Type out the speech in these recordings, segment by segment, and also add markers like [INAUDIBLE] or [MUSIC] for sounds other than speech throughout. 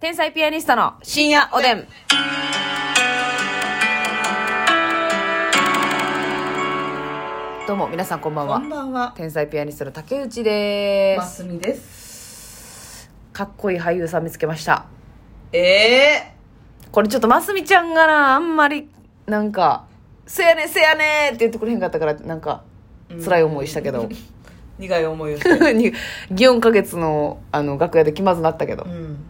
天才ピアニストの深夜おでん。どうも皆さんこんばんこはん。ばんは。天才ピアニストの竹内でますす。みです。かっこいい俳優さん見つけました。ええこれちょっとますみちゃんがな、あんまり、なんか、せやねんせやねんって言ってくれへんかったから、なんか、辛い思いしたけど。苦い思いをし [LAUGHS] て。に4ヶ月のあの楽屋で気まずなったけど、うん。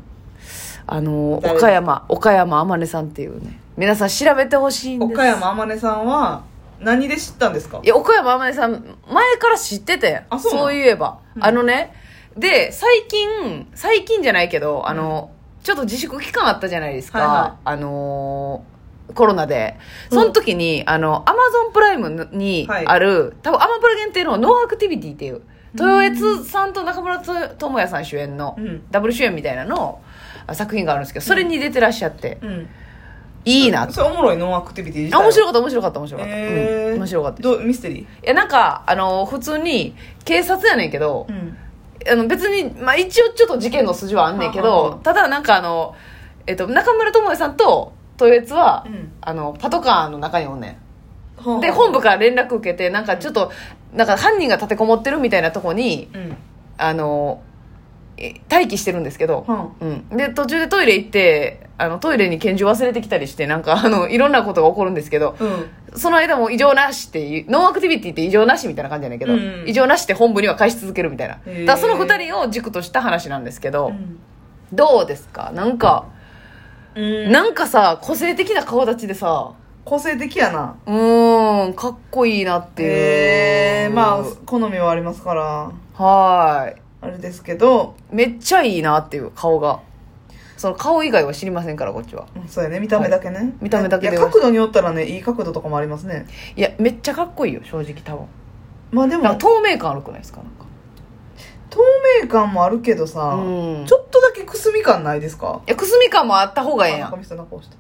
あの誰岡山岡山天音さんっていうね皆さん調べてほしいんです岡山天音さんは何で知ったんですかい。や岡山天音さん前から知っててあそうなのいえば、うんあのねで最近最近じゃないけどあの、ちょっと自粛期間あったじゃないですか、はいはいあのーコロナでその時に、あのアマゾンプライムにはいある、多分アマプラ限定の「ノーアクティビティ」っていう豊悦さんと中村倫也さん主演の、うん。ダブル主演みたいなのあ作品があるんですけどそれに出てらっしゃって、うん。いいなってそれおもろいノンアクティビティ自体あは面白かった面白かった面白かった、ええうん面白かったいどうミステリー。やなんかあの普通に警察やねんけど、ん。あの別に、まあ、一応ちょっと事件の筋はあんねんけはあはあど、はあただなんかあの、えっと、中村倫也さんと豊悦は、うんあのパトカーの中におんねんほうで本部から連絡受けてなんかちょっとなんか犯人が立てこもってるみたいなとこにうん。あのえ待機してるんですけど、はうん、で途中でトイレ行ってあのトイレに拳銃忘れてきたりしてなんかあのいろんなことが起こるんですけどうん。その間も異常なしっていうノンアクティビティって異常なしみたいな感じじゃないけど、うん異常なしって本部には返し続けるみたいなだかへーらその2人を軸とした話なんですけど、うんどうですかなんか、うん。なんかさ個性的な顔立ちでさ個性的やな。うーんかっこいいなっていうええまあ好みはありますからはーいあれですけど、めっちゃいいなっていう顔がその顔以外は知りませんからこっちはうんそうやね見た目だけね。見た目だけでいや角度によったらねいい角度とかもありますね。いやめっちゃかっこいいよ正直多分まあでなんもか透明感あるくないですかなんか透明感もあるけどさ、うんちょっとだけくすみ感ないですかいやくすみ感もあった方がええやあ中ん身下の顔した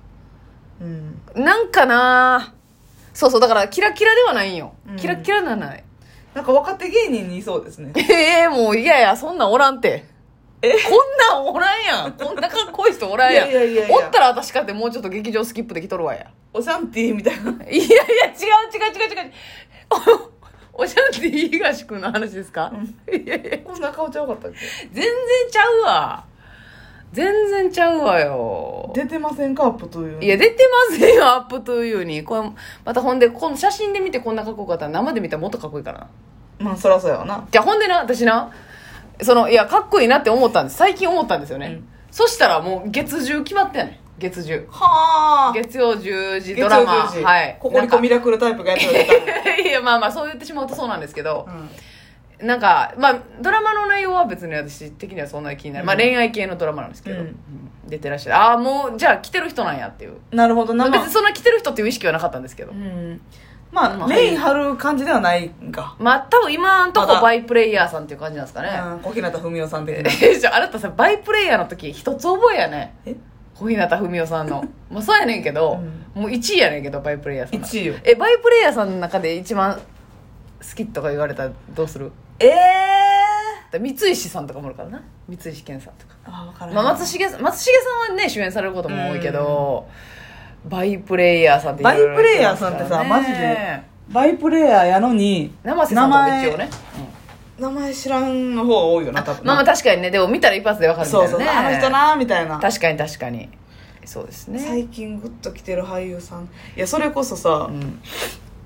うんなんかなそうそうだからキラキラではないんよ、うんキラキラならないなんか若手芸人にいそうですねええもういやいやそんなんおらんてえこんなんおらんやんこんなかっこいい人おらんやんいやいやいやいやおったら私かってもうちょっと劇場スキップできとるわやおシャンティみたいないやいや違う違う違う違う [LAUGHS] おおしゃんっていいがしくんの話ですか、いやいや [LAUGHS] こんな顔ちゃうかったっけ全然ちゃうわ全然ちゃうわよ出てませんかアップといういや、出てますよ、アップトゥーユーに。これ、またほんで、この写真で見てこんなかっこよかったら、生で見たらもっとかっこいいからな。まあそらそうやわなじゃあほんでな、私な、その、いや、かっこいいなって思ったんです。最近思ったんですよね。うんそしたらもう、月10決まってんねん。月10。はあ月曜10時ドラマ。はい。ココリコミラクルタイプがやってるなんか [LAUGHS] いや、まあまあ、そう言ってしまうとそうなんですけどう、んなんか、まあ、ドラマの内容は別に私的にはそんなに気になる。まあ、うん恋愛系のドラマなんですけど、うんうん出てらっしゃる。ああ、もう、じゃあ来てる人なんやっていう。なるほどな、ま別あにそんな来てる人っていう意識はなかったんですけどう。ん、ままああメイン張る感じではないんか、まあ、多分今んとこまだバイプレイヤーさんっていう感じなんですかね。うん、小日向文世さん的 [LAUGHS] なえ、じゃあ、あなたさ、バイプレイヤーの時、一つ覚えやね。え小日向文世さ [LAUGHS] んの。まあ、そうやねんけど、もう1位やねんけど、バイプレイヤーさんの。 1位よえ、バイプレイヤーさんの中で一番好きとか言われたらどうするええだ三石さんとかもおるからな。三石健さんとか。ー、あ分からんまあ、松重さん、松重さんはね、主演されることも多いけど、バイプレイヤーさんって言われるバイプレイヤーさんってさからねマジでバイプレイヤーやのに生瀬さんとか一応ね。うん名前知らんの方が多いよな多分なまあまあ確かにねでも見たら一発でわかるみたいなそうねそう、あの人なみたいな確かに確かにそうですね最近グッと来てる俳優さんいやそれこそさ、うん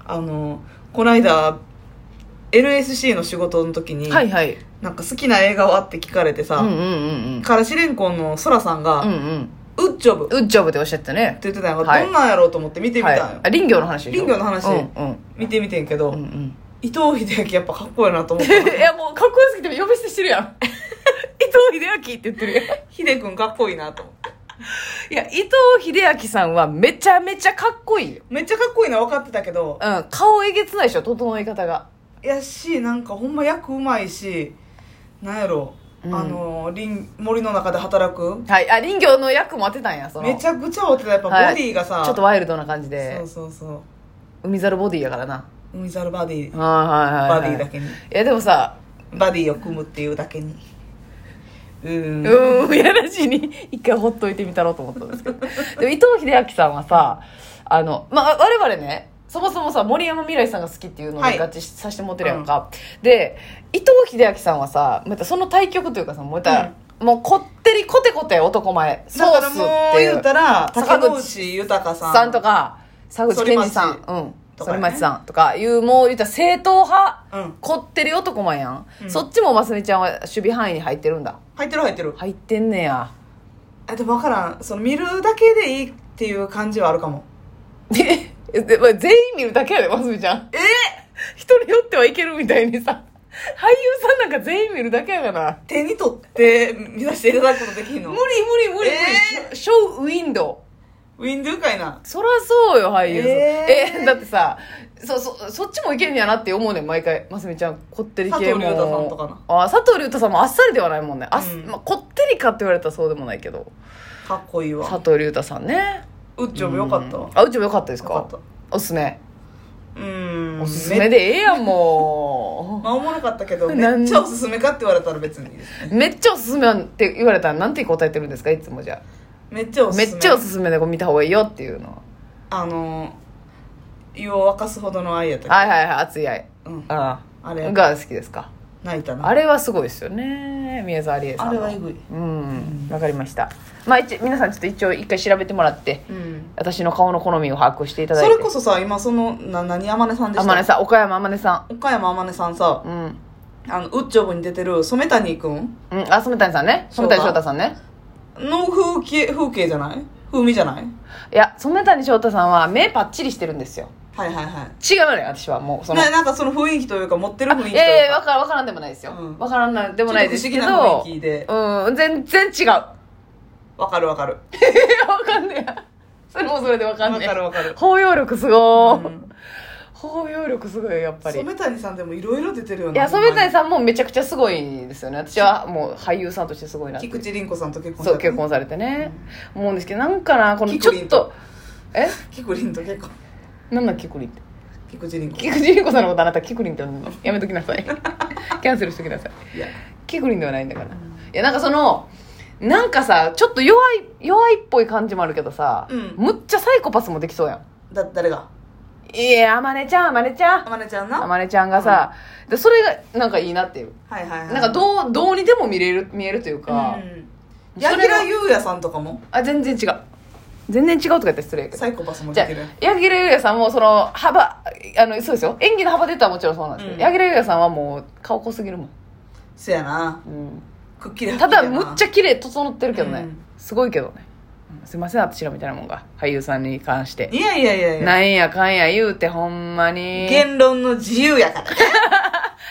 あのこないだ LSC の仕事の時に、はいはいなんか好きな映画はって聞かれてさ、うんうんうんからしれんこんのそらさうんんうがんうん「ウッジョブ」ってウッジョブっておっしゃってたね言ってたんやから、はいどんなんやろうと思って見てみたんよ、はいあ林業の話でしょ林業の話うんうん見てみてんけど、うんうん伊藤英明やっぱかっこいいなと思って [LAUGHS] いやもうかっこよすぎて呼び捨てしてるやん [LAUGHS] 伊藤英明って言ってるやん秀君かっこいいなと思っ [LAUGHS] ていや伊藤英明さんはめちゃめちゃかっこいいよめっちゃかっこいいのは分かってたけどうん顔えげつないでしょ整え方がやしなんかほんま役うまいしなんやろ、うんあの林森の中で働くはいあ林業の役も当てたんやそのめちゃくちゃ合ってたやっぱボはいディがさ、ちょっとワイルドな感じそでうそうそう海猿ボディやからな海猿バディはいはいはいはいバディだけにいやでもさバディを組むっていうだけにうんうーん、やらしいに一回ほっといてみたろうと思ったんですけど。でも伊藤英明さんはさ、あの、まあ、我々ね、そもそもさ、森山未来さんが好きっていうのはいで合致しさせてもらってるやんか。で、伊藤英明さんはさ、またその対局というかさ、また、もうこってりこてこて男前、ソだかーらスっもうてい言うう。たら坂坂口口豊さんさんとか、佐口健二さん、うん。とかね反町さんとかいう、もう言ったら正統派、うんこってり男前やん。うんそっちもますみちゃんは守備範囲に入ってるんだ。入ってる入ってる入ってんねや。あでも分からんその見るだけでいいっていう感じはあるかもえ、 [LAUGHS] でまあ全員見るだけやで、ますみちゃん。え人によってはいけるみたいにさ。俳優さんなんか全員見るだけやがな。手に取って見させていただくことできんの無理無理無理無理。えショーウィンドウィンドゥかいなウ。そらそうよ、俳優さん。ええーだってさ、そ、そ、そっちもいけんやなって思うねん、毎回。ますみちゃん、こってり系も。佐藤隆太さんとかなあ佐藤隆太さんもあっさりではないもんね。あっ、うんまあ、こってりかって言われたらそうでもないけど。かっこいいわ佐藤隆太さんね。ウッチョブよかったわうんあ、うちもよかったですよかかったおすすめ。うんおすすめっでええやん、もう。まあおもろかったけど [LAUGHS] なめんっちゃおすすめかって言われたら別にいいですねめっちゃおすすめやんって言われたらなんて答えてるんですかいつもじゃめっちゃあおすめすめっちゃおすすめでこれ見た方がいいよっていうのあの湯を沸かすほどの愛やったっはいはいはい熱い愛けうんあああれが好きですか泣いたなあれはすごいですよね宮沢りえさんのあれはえぐいうんわかりましたまあ一皆さんちょっと一応一回調べてもらってうん私の顔の好みを把握していただいそてれこそさ今そのな何天音さんでした天音さん岡山天音さ岡山天音さんさんうん、あのウッチョブに出てる染谷くんうん、あ染谷さんね染谷翔太さんねの風景風景じゃない風味じゃないいや染谷翔太さんは目パッチリしてるんですよはいはいはい違うね私はもうそのななんかその雰囲気というか持ってる雰囲気といういかやいや、わからわからんでもないですよ。わ、うんからんなでもないですけど。ちょっと不思議な雰囲気でうん、全然違う。わわかるわかるかんねや。それもそれでわかんわねかるや。わかる包容力すごー、うん包容力すごいよ、やっぱり。い染谷さんでもいろいろ出てるよねや、染谷ささんもめちゃくちゃすごいですよね。私はもう俳優さんとしてすごいなって菊池凛子さんと結婚そう、たよ結婚されてね。思うんですけど、なんかな、このキちクょリっンと、え菊凛と結婚なんだ、キクリンって。菊池凛子菊池凛子さんのことあなた、キクリンって呼んでるのやめときな [LAUGHS] さい。キャンセルしときなさい。いやキクリンではないんだから、いやなんかそのなんかさちょっと弱い弱いっぽい感じもあるけどさ、うんむっちゃサイコパスもできそうやんだ誰がいやあまねちゃんあまねちゃん天音ちゃんなあはまねちゃんがさ、でそれがなんかいいなっていう、いはいはいなんかどうどうにでも見れる見えるというか、うんそれが柳楽優弥さんとかもあ全然違う全然違うとか言ったら失礼やけどサイコパスもじでゃあきる柳楽優弥さんもその幅あのそうですよ演技の幅で言ったらもちろんそうなんですけど、うん柳楽優弥さんはもう顔濃すぎるもん、せやなうん、くっきりただむっちゃゃ綺麗整ってるけどね、うんすごいけどね、うんすいません私らみたいなもんが俳優さんに関していやいやいやい [LAUGHS] やなんやかんや言うてほんまに言言論の自由やから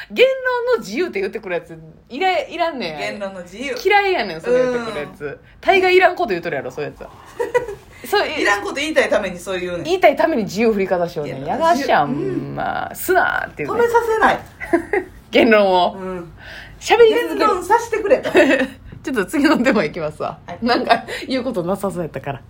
論の自由って言ってくるやついらいらんねんあれ言論の自由嫌いやねんそれ言ってくるやつ大概いらんこと言うとるやろそう [LAUGHS] いうやつはそういいらんこと言いたいためにそういうね言いたいために自由振りかざしようねん言や論のが自由しゃんまあすなーっていう、止ねめ、させない言論をうん喋り続言ける論させてくれとちょっと次のテーマいきますわ、はいなんか言うことなさそうやったから [LAUGHS]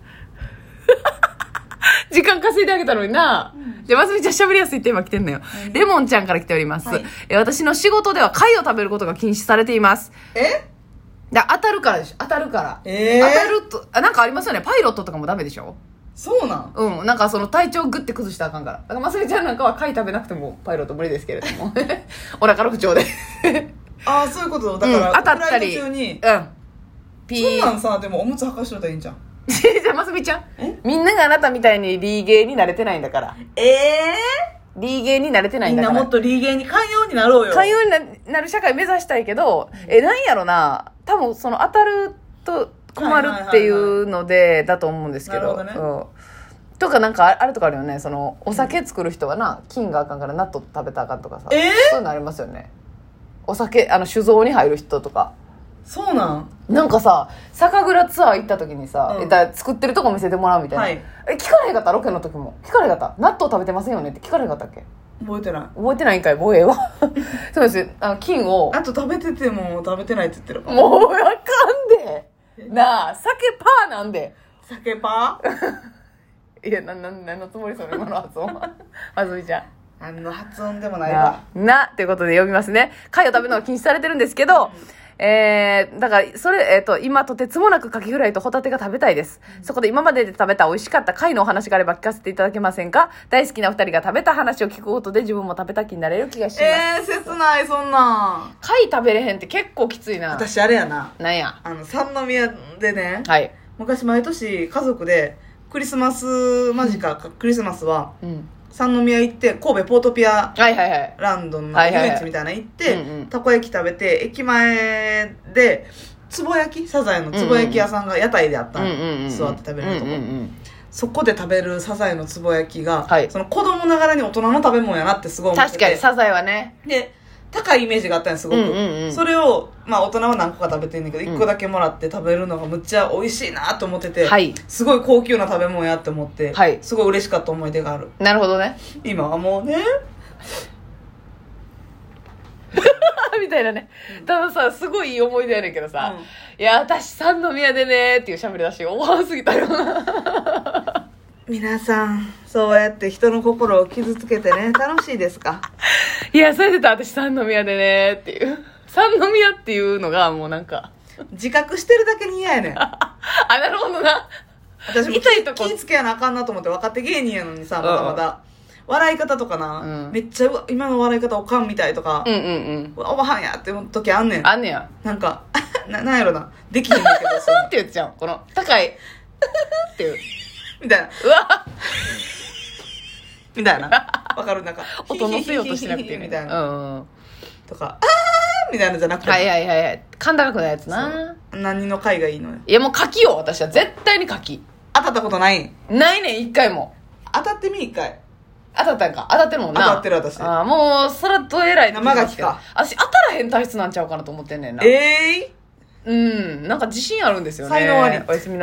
時間稼いであげたのにな、じゃあますみちゃんしゃべりやすいテーマ来てんのよ、レモンちゃんから来ております、はいえ私の仕事では貝を食べることが禁止されていますえだ当たるからでしょ当たるから、えー当たるとあなんかありますよねパイロットとかもダメでしょそうなんうんなんかその体調グッて崩したらあかんからだからますみちゃんなんかは貝食べなくてもパイロット無理ですけれど [LAUGHS] もお腹の不調でああそういうことだから、うん当たったりフライト中にうんピそんーなんさでもおむつ履かしといたらいいんじゃん [LAUGHS] じゃあ、ますみちゃん。みんながあなたみたいにリーゲーに慣れてないんだから。ええリーゲーに慣れてないんだから。とリーゲンに寛容になろう寛容にななる社会目指したいけど、え、なんやろな。多分、その、当たると困るっていうので、だと思うんですけど。なるほうんとか、なんか、ああるとかあるよね。その、お酒作る人はな、菌があかんから納豆食べたらあかんとかさ。えーそういうのありますよね。お酒、あの、酒造に入る人とか。そうなんなんかさ酒蔵ツアー行った時にさ、うんえだ作ってるとこ見せてもらうみたいな、はいえ聞かれへんかったロケの時も聞かれへんかった納豆食べてませんよねって聞かれへんかったっけ覚えてない覚えてないんかいもうええわ [LAUGHS] そうですあの菌をあと食べてても食べてないって言ってるかももうあかんでなあ酒パーなんで酒パーいやなななんのつもりそれ今の発音 [LAUGHS] はあずみちゃんあの発音でもないわななということで呼びますね貝を食べるのが禁止されてるんですけど、えー、だから、それ、えっ、と、今とてつもなくカキフライとホタテが食べたいです。そこで今までで食べた美味しかった貝のお話があれば聞かせていただけませんか大好きなお二人が食べた話を聞くことで自分も食べた気になれる気がします。えー、切ない、そんなん。貝食べれへんって結構きついな。私、あれやな。なんや。あの、三宮でね、はい。昔毎年家族で、クリスマス間近か、クリスマスは、うん。三宮行って、神戸ポートピアはいはいはい。ランドのはい遊はいはい園地みたいなの行って、うんうんたこ焼き食べて、駅前で、つぼ焼きサザエのつぼ焼き屋さんが屋台であったの、座って食べれるとこ、うんうんうんそこで食べるサザエのつぼ焼きが、はいその子供ながらに大人の食べ物やなってすごい思っ確ててかに、サザエはね。で高いイメージがあったんですすごく、うんうんうんそれを、まあ、大人は何個か食べてんだけどうん1個だけもらって食べるのがむっちゃ美味しいなと思ってて、はいすごい高級な食べ物やって思って、はいすごい嬉しかった思い出があるなるほどね。今はもうねみたいなね。たださ、すごいいい思い出やねんけどさ、うんいや、私三宮でねっていう喋り出し、おわんすぎたよ。皆さんそうやって人の心を傷つけてね楽しいですかいや、それでた私三宮でねっていう。三宮っていうのがもうなんか、自覚してるだけに嫌やねんあ、なるほどな。私も痛いとこ気ぃつけやなあかんなと思って若手芸人やのにさまだまだ、笑い方とかな、うんめっちゃうわ今の笑い方おかんみたいとか、うんうんうん。うわおばはんやって思う時あんねんあんねや。なんかななんやろなできへんねんけどそのって言っちゃう。この、高い。っていう。みたいなうわみたいなわかるなんか音乗せようとしなくていいみみたたいいな、な。うんうん。とかあーみたいなのじゃなくて、はいはいはいはい。噛んだかくないやつそうな。何の回がいいのよいや、もう柿よ、私は。絶対に柿。当たったことないないねん、一回も。当たってみ一回当たったんか当たってるもんな当たってる私ああもうそれと偉い生ガキか私当たらへん体質なんちゃうかなと思ってんねんなええーうんなんか自信あるんですよね才能ありおやすみなさい